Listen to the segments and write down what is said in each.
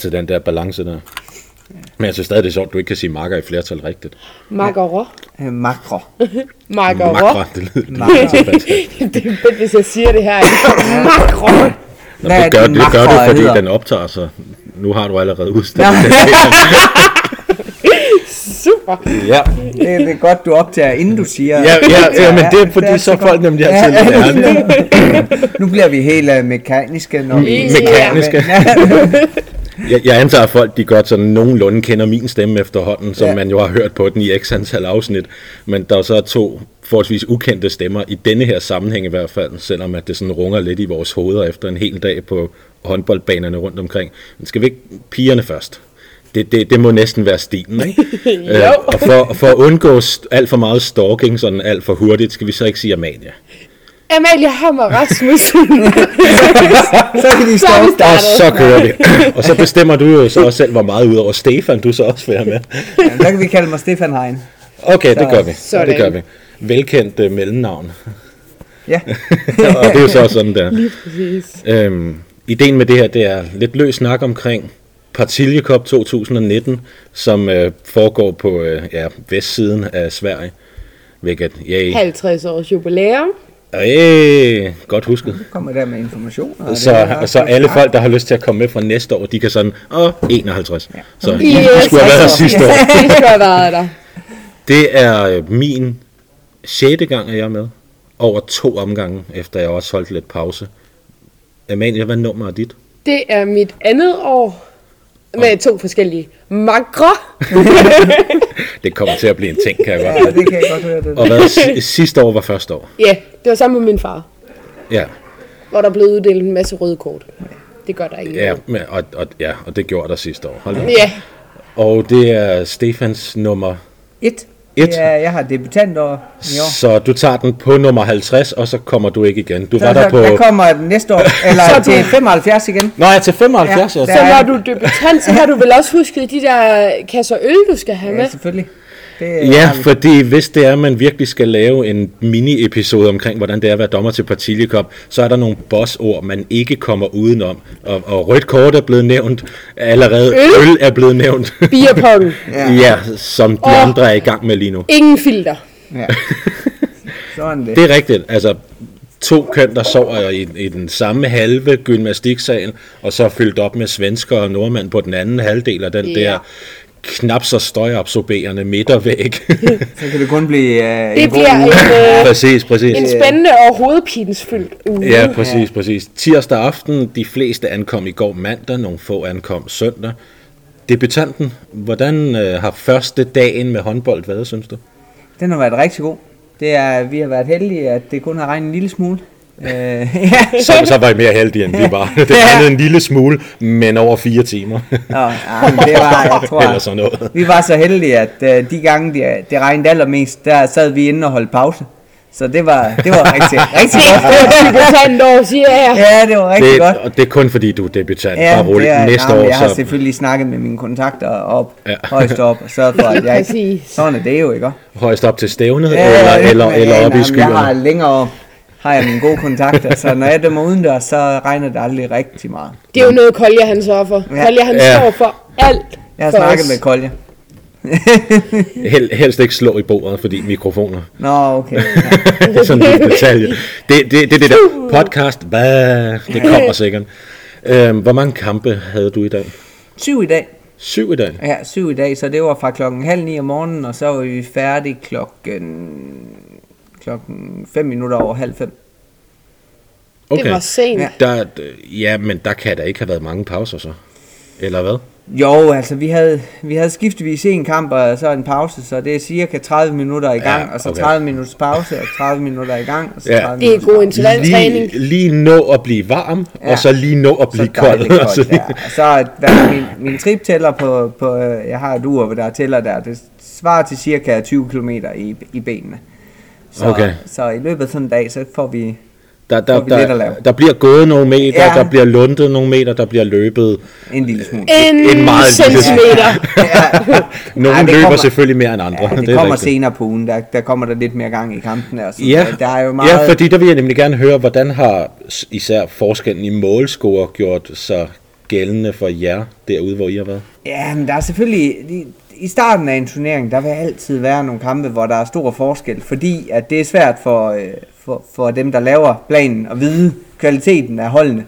til den der balance der. Men jeg synes stadig, det er sjovt, at du ikke kan sige makker i flertal rigtigt. Makkerå. Øh, makro. Makkerå. Makra, det lyder, det lyder Makra. så fantastisk. det er fedt, hvis jeg siger det her. Makkerå. Nå, Hvad er det, gør, det, det gør du, makra fordi hedder? den optager sig. Nu har du allerede udstillet Nå. den. Super. Ja, Det er- det er godt, du optager, inden du siger. ja, ja, ja, men det er fordi, det så er godt. folk nemlig altid lidt ærlige. Nu bliver vi helt øh, mekaniske. Når vi... Mm, mekaniske. Jeg, jeg antager, at folk de godt sådan nogenlunde kender min stemme efterhånden, som Ja. ja. man jo har hørt på den i x antal afsnit. Men der er jo så to forholdsvis ukendte stemmer, i denne her sammenhæng i hvert fald, selvom at det sådan runger lidt i vores hoveder efter en hel dag på håndboldbanerne rundt omkring. Men skal vi ikke pigerne først? Det, det, det må næsten være stilen, ikke? øh, og for, og for at undgå st- alt for meget stalking, sådan alt for hurtigt, skal vi så ikke sige Amania. Amalie Hammer Rasmussen. så kan de Så er vi stoppe. Og startet. så kører vi. og så bestemmer du jo så også selv, hvor meget ud over Stefan, du så også vil have med. Ja, så kan vi kalde mig Stefan Hein. Okay, det gør vi. Sådan. Det gør vi. Velkendt uh, mellemnavn. Ja. og det er jo så sådan der. Præcis. Øhm, ideen med det her, det er lidt løs snak omkring Partilje Cup 2019, som øh, foregår på øh, ja, vestsiden af Sverige. Hvilket, yay. 50 års jubilæum. Hey, godt husket. Kommer der med information. Og Så, det, så alle folk, der har lyst til at komme med fra næste år, de kan sådan, åh, 51. Så I Yes, skulle have været her altså. sidste år. Det skulle have været der. Det er øh, min sjette gang, at jeg er med. Over to omgange, efter jeg også holdt lidt pause. Amalie, hvad nummer er dit? Det er mit andet år med to forskellige makre. Det kommer til at blive en ting, kan jeg godt Ja, høre. det kan jeg godt høre. Det. Og hvad, si- sidste år var første år. Ja, det var sammen med min far, Ja, hvor der blev uddelt en masse røde kort. Det gør der ikke. ja, men- og, og, ja og det gjorde der sidste år. Hold da op. ja. Og det er Stefans nummer Et. Et. Ja, jeg har debutant over i år. Så du tager den på nummer 50, og så kommer du ikke igen. Du var Så, der der, på... der kommer den næste år, eller Så til du- 75 igen. Nå, jeg er til 75, Ja, ja. der Så er- når du er debutant, så har du vel også husket de der kasser øl, du skal have med. Ja, selvfølgelig. Det, Ja, fordi hvis det er, at man virkelig skal lave en mini-episode omkring, hvordan det er at være dommer til Partiljekop, så er der nogle bossord, man ikke kommer udenom. Og, og rødt kort er blevet nævnt allerede. Øl, øl er blevet nævnt. Bierpong. Ja. Ja. ja, som de Og- andre er i gang med lige nu. Ingen filter. ja. Sådan det. Det er rigtigt. Altså, to køn, der sover i, i den samme halve gymnastiksal, og så fyldt op med svensker og nordmænd på den anden halvdel af den Ja. der knap så støjabsorberende midtervæg. Så kan det kun blive uh, Det en god bliver uge. en, øh, præcis, præcis. en spændende og hovedpinesfyldt uge. Ja, præcis, præcis. Tirsdag aften, de fleste ankom i går mandag, nogle få ankom søndag. Debutanten, hvordan øh, har første dagen med håndbold været, synes du? Den har været rigtig god. Det er, vi har været heldige, at det kun har regnet en lille smule. Øh, ja. Så, så var I mere heldige, end vi var. Det regnede en lille smule, men over fire timer. Nå, ja, men det var, jeg tror, Eller sådan noget. vi var så heldige, at uh, de gange, det, det regnede allermest, der sad vi inde og holdt pause. Så det var, det var rigtig, rigtig godt. Debutant år, siger jeg. Ja, det var rigtig Det, godt. og det er kun fordi, du er debutant. Ja, Bare rolig. det er, Næste nej, men år, jeg har så selvfølgelig snakket med mine kontakter op, ja. Ja. højst op, og sørget for, at jeg ikke... Præcis. Sådan er det jo, ikke? højst op til stævnet, Ja, eller, ja, eller, ja, eller op nej, i men Jeg har skyerne. længere op, har jeg mine gode kontakter, så når jeg dømmer udendørs, så regner det aldrig rigtig meget. Det er jo noget, Kolja han sørger for. Ja. Kolja han Ja. står for alt Jeg har for snakket os. med Kolje. Hel, helst ikke slå i bordet, fordi mikrofoner. Nå, okay. det er sådan en lille detalje. Det, det, det, er det der podcast, hvad? Det kommer sikkert. Øhm, hvor mange kampe havde du i dag? Syv i dag. Syv i dag. Ja, syv i dag, så det var fra klokken halv ni om morgenen, og så var vi færdige klokken, klokken fem minutter over halv fem. Det var sent. Ja. Ja. Der, ja, men der kan der ikke have været mange pauser så. Eller hvad? Jo, altså vi havde, vi havde skiftevis en kamp og så en pause, så det er cirka 30 minutter i gang, ja, Ja, og så okay. 30 minutters pause, og 30 minutter i gang, og så Ja. 30 Det er minutters god pause. intervaltræning. Lige, lige nå at blive varm, Ja. og så lige altså. nå at blive Så dejligt kold. Og så koldt, ja. Og så at hvad, min, min trip tæller på, på, øh, jeg har et ur, hvor der er tæller der, det svarer til cirka 20 km i, i benene. Så, Okay. så i løbet af sådan en dag, så får vi der, Får der, vi lidt at lave. der, der bliver gået nogle meter, Ja. ja. der bliver lundet nogle meter, der bliver løbet. en lille smule. En, En meget lille- centimeter. Nogle Ej, løber Ej, det kommer- kommer, selvfølgelig mere end andre. Ja, det, er det kommer rigtigt. senere på ugen, der, der kommer der lidt mere gang i kampene. Og sådan. Ja, der, der er jo meget... ja, fordi der vil jeg nemlig gerne høre, hvordan har s- især forskellen i målscore gjort sig gældende for jer derude, hvor I har været? Ja, men der er selvfølgelig... I, I starten af en turnering, der vil altid være nogle kampe, hvor der er stor forskel, fordi at det er svært for, øh, for, for dem, der laver planen, at vide kvaliteten af holdene.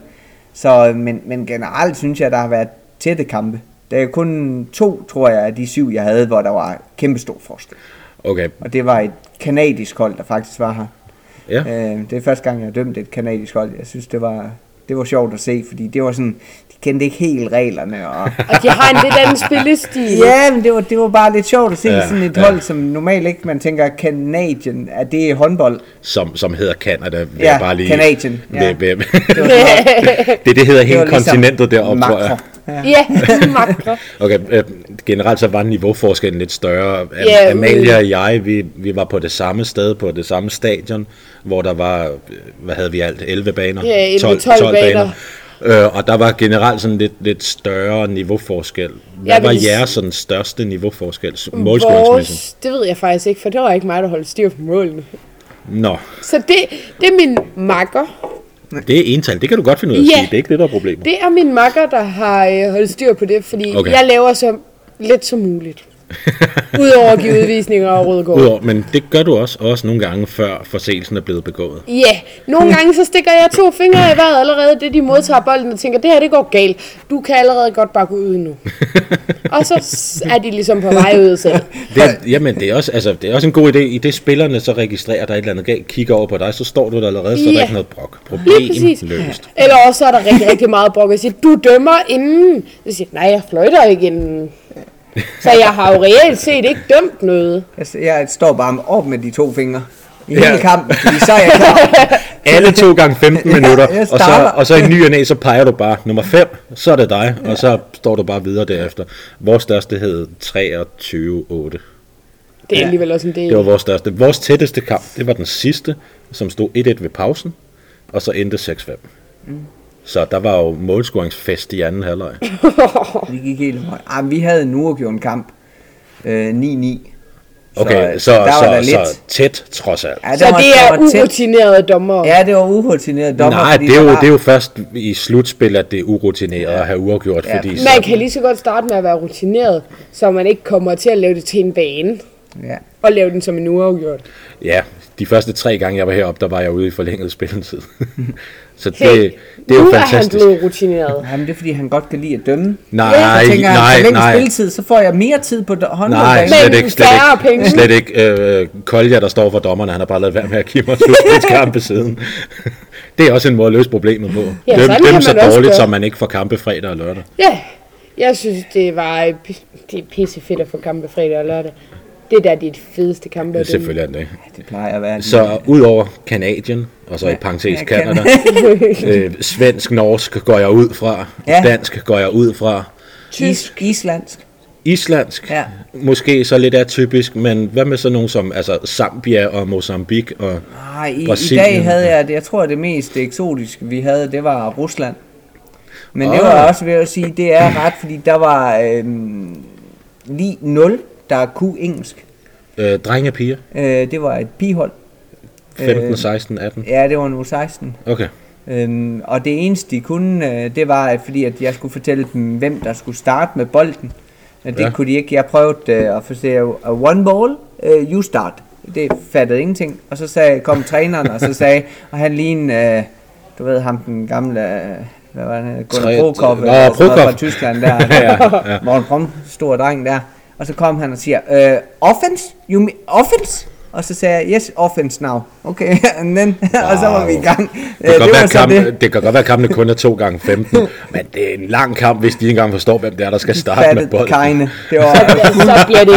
Så, øh, men, men generelt synes jeg, der har været tætte kampe. Der er kun to, tror jeg, af de syv, jeg havde, hvor der var kæmpe stor forskel. Okay, Og det var et kanadisk hold, der faktisk var her. ja. Øh, det er første gang, jeg har dømt et kanadisk hold. Jeg synes, det var, det var sjovt at se, fordi det var sådan, de kendte ikke helt reglerne. Og... Og de har en lidt anden spillestil. ja, men det var, det var bare lidt sjovt at se Ja, ja, sådan et ja. ja. hold, som normalt ikke, man tænker, Canadian, er det håndbold? Som, som hedder Canada. vil Ja, jeg bare lige... Canadian, ja. Det, det, Det var, sådan noget- det, det hedder hele var ligesom kontinentet deroppe, tror jeg. makro. ja makre. Okay, øh, generelt så var niveauforskellen lidt større. Am- Ja, Amalia og jeg, vi, vi var på det samme sted, på det samme stadion, hvor der var, øh, hvad havde vi alt, 11 baner? Ja, 11, 12 baner. Øh, og der var generelt sådan lidt, lidt større niveauforskel. Hvad Ja, var men det- jeres sådan største niveauforskel? s- Målscoringsmæssigt? Vores, det ved jeg faktisk ikke, for det var ikke mig, der holdt styr på målene. Nå, Så det, det er min makker. det er ental. Det kan du godt finde ud af at Ja. sige. Det er ikke det, der er problemet. Det er min makker, der har øh, holdt styr på det, fordi Okay. okay. jeg laver så lidt som muligt. Udover at give udvisninger og rødgård. Udover, men det gør du også, også nogle gange, før forseelsen er blevet begået. Ja, yeah. nogle gange så stikker jeg to fingre i vejret allerede, det de modtager bolden og tænker, det her det går galt. Du kan allerede godt bakke ud nu. og så s- er de ligesom på vej ud selv. Det er, jamen, det er, også, altså, det er også en god idé. I det spillerne så registrerer, der er et eller andet galt, kigger over på dig, så står du der allerede, så yeah. der er Ja. ikke noget brok. Problem præcis. løst. Eller også så er der rigtig, rigtig meget brok. Jeg siger, du dømmer inden. Jeg siger, nej, jeg fløjter ikke inden. Så jeg har jo reelt set ikke dømt noget. Jeg, jeg står bare op med de to fingre i Ja. hele kampen, fordi så er jeg klar. Alle to gange 15 minutter, jeg og så, starter. og så i ny og næ, så peger du bare nummer 5, så er det dig, og så står du bare videre derefter. Vores største hed 23-8. Det er alligevel også en del. Det var vores største. Vores tætteste kamp, det var den sidste, som stod 1-1 ved pausen, og så endte 6-5. Mm. Så der var jo målscoringsfest i anden halvleg. Vi gik helt højt. Ah, vi havde en uafgjort kamp. Øh, 9-9. Okay, så, øh, så, der var der så, lidt. så, tæt trods alt. Ja, der Så var, det der er var tæt. urutinerede dommer. Ja, det var urutineret dommer. Nej, fordi det er, der jo, var- det er jo først i slutspil, at det er urutineret at have uafgjort, ja. Ja. fordi Man kan lige så godt starte med at være rutineret, så man ikke kommer til at lave det til en bane. Ja. Og lave den som en uafgjort. ja, de første tre gange, jeg var heroppe, der var jeg ude i forlænget spilletid. så det, Hey, det er jo nu fantastisk. er han blevet rutineret. Jamen, det er fordi, han godt kan lide at dømme. Nej, så tænker han, nej, så længe nej. spilletid, så får jeg mere tid på d- Nej, håndboldbanen. Men slet ikke, slet færre ikke, penge. slet ikke. Øh, Kolja, der står for dommerne, han har bare lavet være med at give mig slutspilskampe siden. det er også en måde at løse problemet på. Ja, døm, sådan døm kan så man også dårligt, gøre. så man ikke får kampe fredag og lørdag. Ja, jeg synes, det var øh, pi- det er pissefedt at få kampe fredag og lørdag. Det er da de fedeste kampe. at dømme. Selvfølgelig er det ikke. Det plejer at være lige- Så udover Canadian, og så i parentes ja, Canada, øh, svensk-norsk går jeg ud fra, ja. Ja. dansk går jeg ud fra, Is- islandsk. islandsk, Ja. måske så lidt atypisk, men hvad med sådan nogen som altså Zambia og Mozambique og Nej, i, i Brasilien. dag havde jeg, det, jeg tror, det mest eksotiske, vi havde, det var Rusland. Men det Ah. var også ved at sige, det er ret, fordi der var øhm, lige 0, der kunne engelsk. øh, drenge og piger, Øh, det var et pihold. 15, Øh. 16, 18. Ja, det var nu 16. Okay. Øhm, og det eneste de kunne, øh, det var, at fordi at jeg skulle fortælle dem, hvem der skulle starte med bolden. Men det Ja. ja. kunne de ikke. Jeg prøvede øh, at forsøge one ball, øh, you start. Det fattede ingenting. Og så sagde, kom træneren, og så sagde, og han lignede, øh, du ved ham, den gamle, øh, hvad var han, Tre- Gunnar Prokop, Nå, eller sådan noget Prokop. fra Tyskland der. ja, ja. Morten Brum, stor dreng der. Og så kom han og siger, øh, offense? You mean, offense? Og så sagde jeg, yes, offense now. Okay, and then, og så var vi i gang. Øh, Det kan, det godt var være, så kamp, det. det kan godt være, at kampene kun er 2 gange 15, men det er en lang kamp, hvis de ikke engang forstår, hvem det er, der skal starte med fattet bolden. keine. Det var, Ja, så bliver det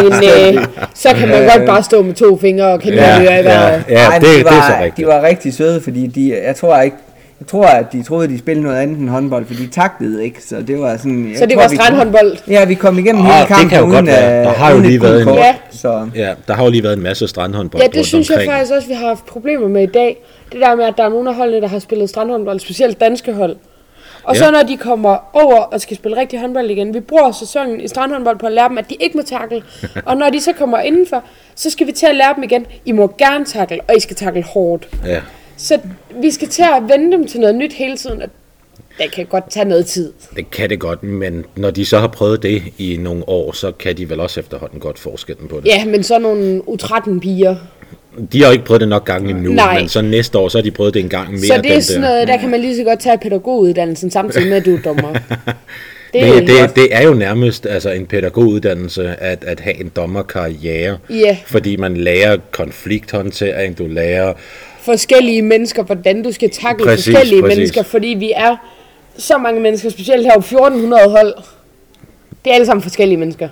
en, øh, så kan man godt bare stå med to fingre og kan Ja, ja, høre i ja, vejret. ja Ej, det, men det de er var, så rigtigt. De var rigtig søde, fordi de, jeg tror ikke, jeg tror, at de troede, de spillede noget andet end håndbold, for de taktede ikke, så det var sådan... Jeg Så det tror, var vi- strandhåndbold? Ja, vi kom igennem Åh, hele Ah, det kampen kan jo godt uden, være. øh, Der har jo uden et lige gult været en- kort, Ja. Så, Ja, der har jo lige været en masse strandhåndbold Ja, det rundt synes jeg omkring. faktisk også, vi har haft problemer med i dag. Det der med, at der er nogle af holdene, der har spillet strandhåndbold, specielt danske hold. Og Ja. ja. så når de kommer over og skal spille rigtig håndbold igen, vi bruger sæsonen i strandhåndbold på at lære dem, at de ikke må takle. og når de så kommer indenfor, så skal vi til at lære dem igen, I må gerne takle, og I skal takle hårdt. Ja. Så vi skal til at vende dem til noget nyt hele tiden. Og det kan godt tage noget tid. Det kan det godt, men når de så har prøvet det i nogle år, så kan de vel også efterhånden godt forskellen på det. Ja, men så nogle U13-piger. De har jo ikke prøvet det nok gange endnu, Nej. men så næste år, så har de prøvet det en gang mere. Så det den er sådan der. Mm. noget, der kan man lige så godt tage pædagoguddannelsen samtidig med, at du er dommer. Det, Men ja, det, det er jo nærmest altså, en pædagoguddannelse at, at have en dommerkarriere. Ja. Fordi man lærer konflikthåndtering, du lærer... forskellige mennesker, hvordan du skal takle Præcis, forskellige præcis. mennesker, fordi vi er så mange mennesker, specielt her på 1400 hold. Det er alle sammen forskellige mennesker,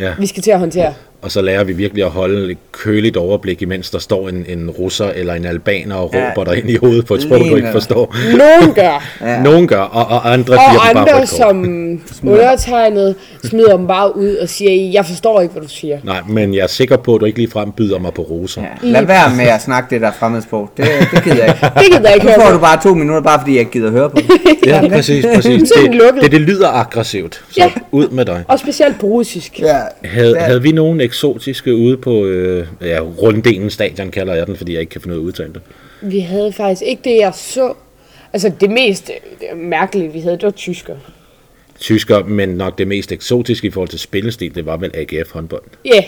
Ja. vi skal til at håndtere. Og så lærer vi virkelig at holde et køligt overblik, imens der står en, en russer eller en albaner og Ja. råber dig ind i hovedet på et sprog, du Ligner. ikke forstår. Nogen gør, Ja. Nogen gør, og, og andre giver og dem bare andre rødt kort. som undertegnet smider dem bare ud og siger, jeg forstår ikke, hvad du siger. Nej, men jeg er sikker på, at du ikke ligefrem byder mig på roser. Ja. Ja. Lad være med at snakke det der fremmedsprog. Det, det gider jeg ikke. Mm. Det gider jeg ikke Nu får høre du på. bare to minutter, bare fordi jeg ikke gider høre på det. Ja, præcis, præcis. Så er den Det, lukket. det, det lyder aggressivt, så Ja. ud med dig. Og specielt på russisk. Ja. Havde, Ja. havde vi nogen eksotiske ude på øh, ja, runddelen stadion, kalder jeg den, fordi jeg ikke kan finde ud af at udtale det. Vi havde faktisk ikke det, jeg så. Altså det mest øh, mærkelige, vi havde, det var tysker. Tysker, men nok det mest eksotiske i forhold til spillestil, det var vel AGF håndbold. Ja, yeah.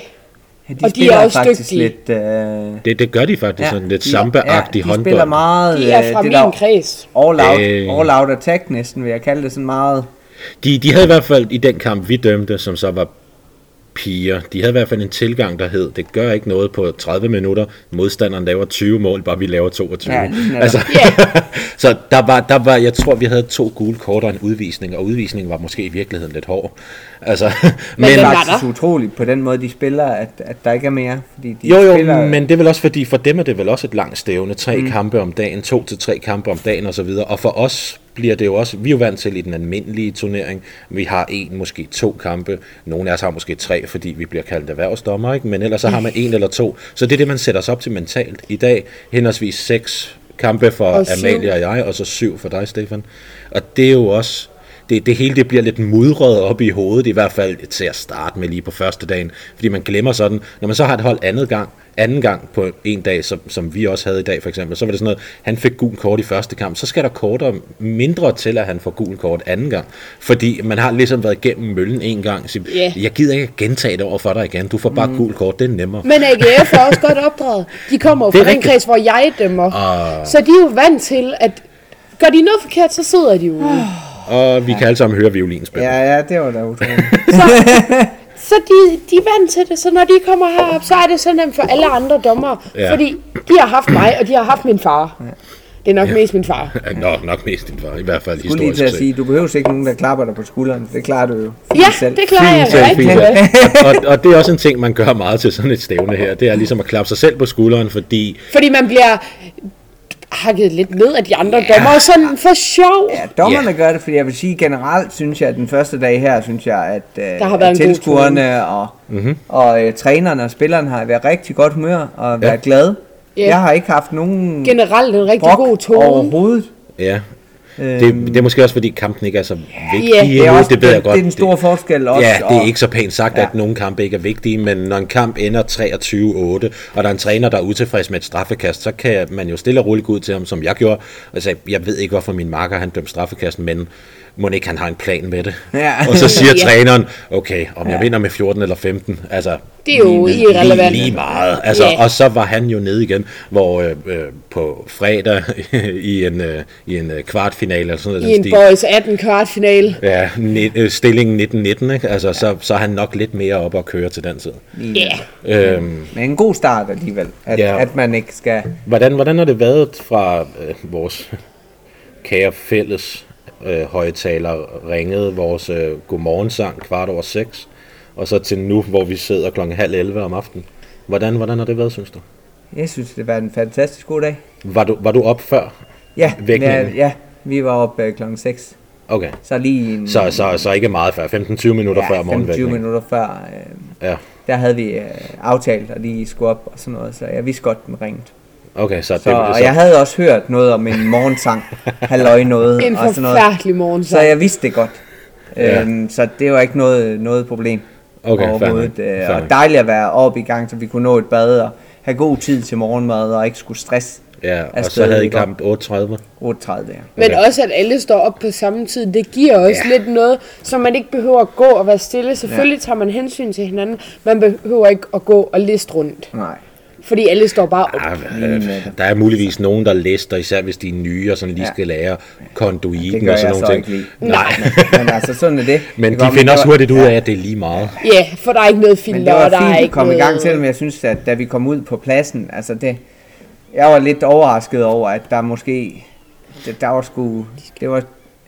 Ja, de, Og de spiller er også faktisk dygtige. lidt... Øh, ja, Det, det gør de faktisk ja, sådan lidt sambeagtig de håndbold. spiller meget... de er øh, fra det min der kreds. All out, Øh. all out attack næsten, vil jeg kalde det sådan meget... De, de havde i hvert fald i den kamp, vi dømte, som så var piger, de havde i hvert fald en tilgang, der hed, det gør ikke noget på 30 minutter, modstanderen laver 20 mål, bare vi laver 22. Ja, lige netop. altså, yeah. så der var, der var, jeg tror, vi havde to gule kort og en udvisning, og udvisningen var måske i virkeligheden lidt hård. Altså, men, Det den er var faktisk der. utroligt på den måde, de spiller, at, at der ikke er mere. Fordi de jo, jo, spiller, men det er vel også fordi, for dem er det vel også et langt stævne, tre mm. kampe om dagen, to til tre kampe om dagen osv., og for os bliver det jo også, vi er jo vant til i den almindelige turnering, vi har en, måske to kampe, nogle af os har måske tre, fordi vi bliver kaldt erhvervsdommer, ikke? men ellers så har man en eller to, så det er det, man sætter sig op til mentalt. I dag henholdsvis seks kampe for Og syv. Amalie og jeg, og så syv for dig, Stefan. Og det er jo også, det, det hele det bliver lidt mudret op i hovedet, i hvert fald til at starte med lige på første dagen, fordi man glemmer sådan, når man så har et hold andet gang, anden gang på en dag, som, som vi også havde i dag for eksempel, så var det sådan noget, han fik gul kort i første kamp, så skal der kortere, mindre til, at han får gul kort anden gang, fordi man har ligesom været igennem møllen en gang, og siger, Ja. yeah. jeg gider ikke at gentage det over for dig igen, du får bare mm. gul kort, det er nemmere. Men AGF er også godt opdraget. De kommer jo Det er fra den rigtigt. kreds, hvor jeg dømmer. Ah. Så de er jo vant til, at gør de noget forkert, så sidder de ude. Ah. Og vi kan alle sammen høre violinspil. Ja, ja, det var da utroligt. Så de, de er vant til det. Så når de kommer herop, så er det så nemt for alle andre dommer. Ja. Fordi de har haft mig, og de har haft min far. Det er nok mest min far. Ja, Nå, nok mest din far, i hvert fald Du lige historisk til at set. sige, du behøver ikke nogen, der klapper dig på skulderen. Det klarer du jo. fint Ja, selv. det klarer jeg Fint, rigtig fint. godt. og, og det er også en ting, man gør meget til sådan et stævne her. Det er ligesom at klappe sig selv på skulderen, fordi Fordi man bliver hakket lidt ned af de andre dommer, sådan for sjov. Ja, dommerne Ja. yeah. gør det, fordi jeg vil sige generelt, synes jeg, at den første dag her, synes jeg, at, øh, der har været at en god tilskuerne og, Mhm. mm-hmm. og øh, trænerne og spillerne har været rigtig godt humør og været glade. Ja. Jeg har ikke haft nogen Generelt en rigtig brok god tone. overhovedet. ja, det, det er måske også fordi kampen ikke er så vigtig. Ja, Yeah, det det, er også- det ved jeg Øhm. det- godt. det er den store forskel også, Ja, det er og- ikke så pænt sagt, Ja. at nogle kampe ikke er vigtige, men når en kamp ender 23-8, og der er en træner, der er utilfreds med et straffekast, så kan man jo stille og roligt gå ud til ham, som jeg gjorde, og sagde, jeg ved ikke, hvorfor min marker han dømte straffekast, men må ikke han har en plan med det. Ja. Og så siger Ja. træneren, okay, om jeg vinder med 14 eller 15, altså Det er jo irrelevant. Lige, lige meget. Altså, Ja. yeah. Og så var han jo nede igen, hvor øh, øh, på fredag i en, øh, i en øh, kvartfinale eller sådan noget. i I den en boys 18 kvartfinale. Ja, ni- øh, stillingen 19-19, ikke? Altså, så, så er han nok lidt mere op at køre til den tid. Ja. Yeah. Øhm, Men en god start alligevel, at, Ja. yeah. at man ikke skal... hvordan, hvordan har det været fra øh, vores kære fælles øh, højtaler ringede vores øh, godmorgensang kvart over seks, og så til nu, hvor vi sidder klokken halv 11 om aftenen? Hvordan, hvordan har det været, synes du? Jeg synes, det var en fantastisk god dag. Var du, var du op før? Ja, ja, Vækningen. ja vi var oppe øh, klokken 6. Okay. Så lige en, Så, så, så ikke meget før. 15-20 minutter ja, før ja, 25 morgenvækningen. minutter før, øh, Ja, der havde vi øh, aftalt, at de skulle op og sådan noget, så jeg vidste godt, den ringte. okay, så, Så, det, og jeg havde også hørt noget om en morgensang, halløj noget En og sådan noget. forfærdelig morgen. Så jeg vidste det godt. Ja. Ja. Øhm, så det var ikke noget, noget problem Okay, fair overhovedet. nok, Øh, fair og nok. dejligt at være oppe i gang, så vi kunne nå et bad og have god tid til morgenmad og ikke skulle stress. Ja, og så Afsted havde I udgår. kamp 38. 38, ja. Men Ja. også, at alle står op på samme tid, det giver også ja. lidt noget, så man ikke behøver at gå og være stille. Selvfølgelig ja. tager man hensyn til hinanden. Man behøver ikke at gå og liste rundt, Nej. fordi alle står bare op. Ja, øh, der er muligvis nogen, der læster, især hvis de er nye og sådan lige Ja. skal lære Det konduiten og gør jeg sådan så nogle ikke ting. lige. Nej, Men altså, sådan er det. men Det de var- finder det også var- hurtigt ud af, at det er lige meget. Ja, for der er ikke noget Ah. Men filter, det var og der er fint, vi ikke kom i noget... gang, selvom jeg synes, at da vi kom ud på pladsen, altså det, jeg var lidt overrasket over, at der måske, det, der var sgu, det var,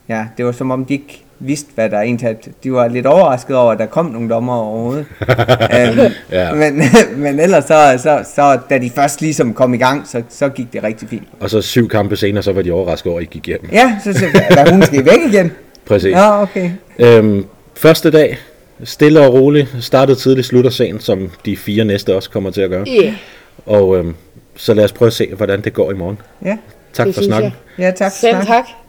ja, det var som om de ikke vidste, hvad der egentlig havde- De var lidt overrasket over, at der kom nogle dommer overhovedet. øhm, Ja. ja. men, men ellers så, så, så, da de først ligesom kom i gang, så, så gik det rigtig fint. Og så syv kampe senere, så var de overrasket over, at I gik hjem. Ja, så sagde jeg, "Hvad, hun skal væk igen. Præcis. Ja, okay. Øhm, første dag, stille og roligt, startede tidligt, slutter sent, som de fire næste også kommer til at gøre. Ja, Og øhm, så lad os prøve at se, hvordan det går i morgen. Ja, Tak Det for synes snakken. jeg. ja tak for selv snakken. tak.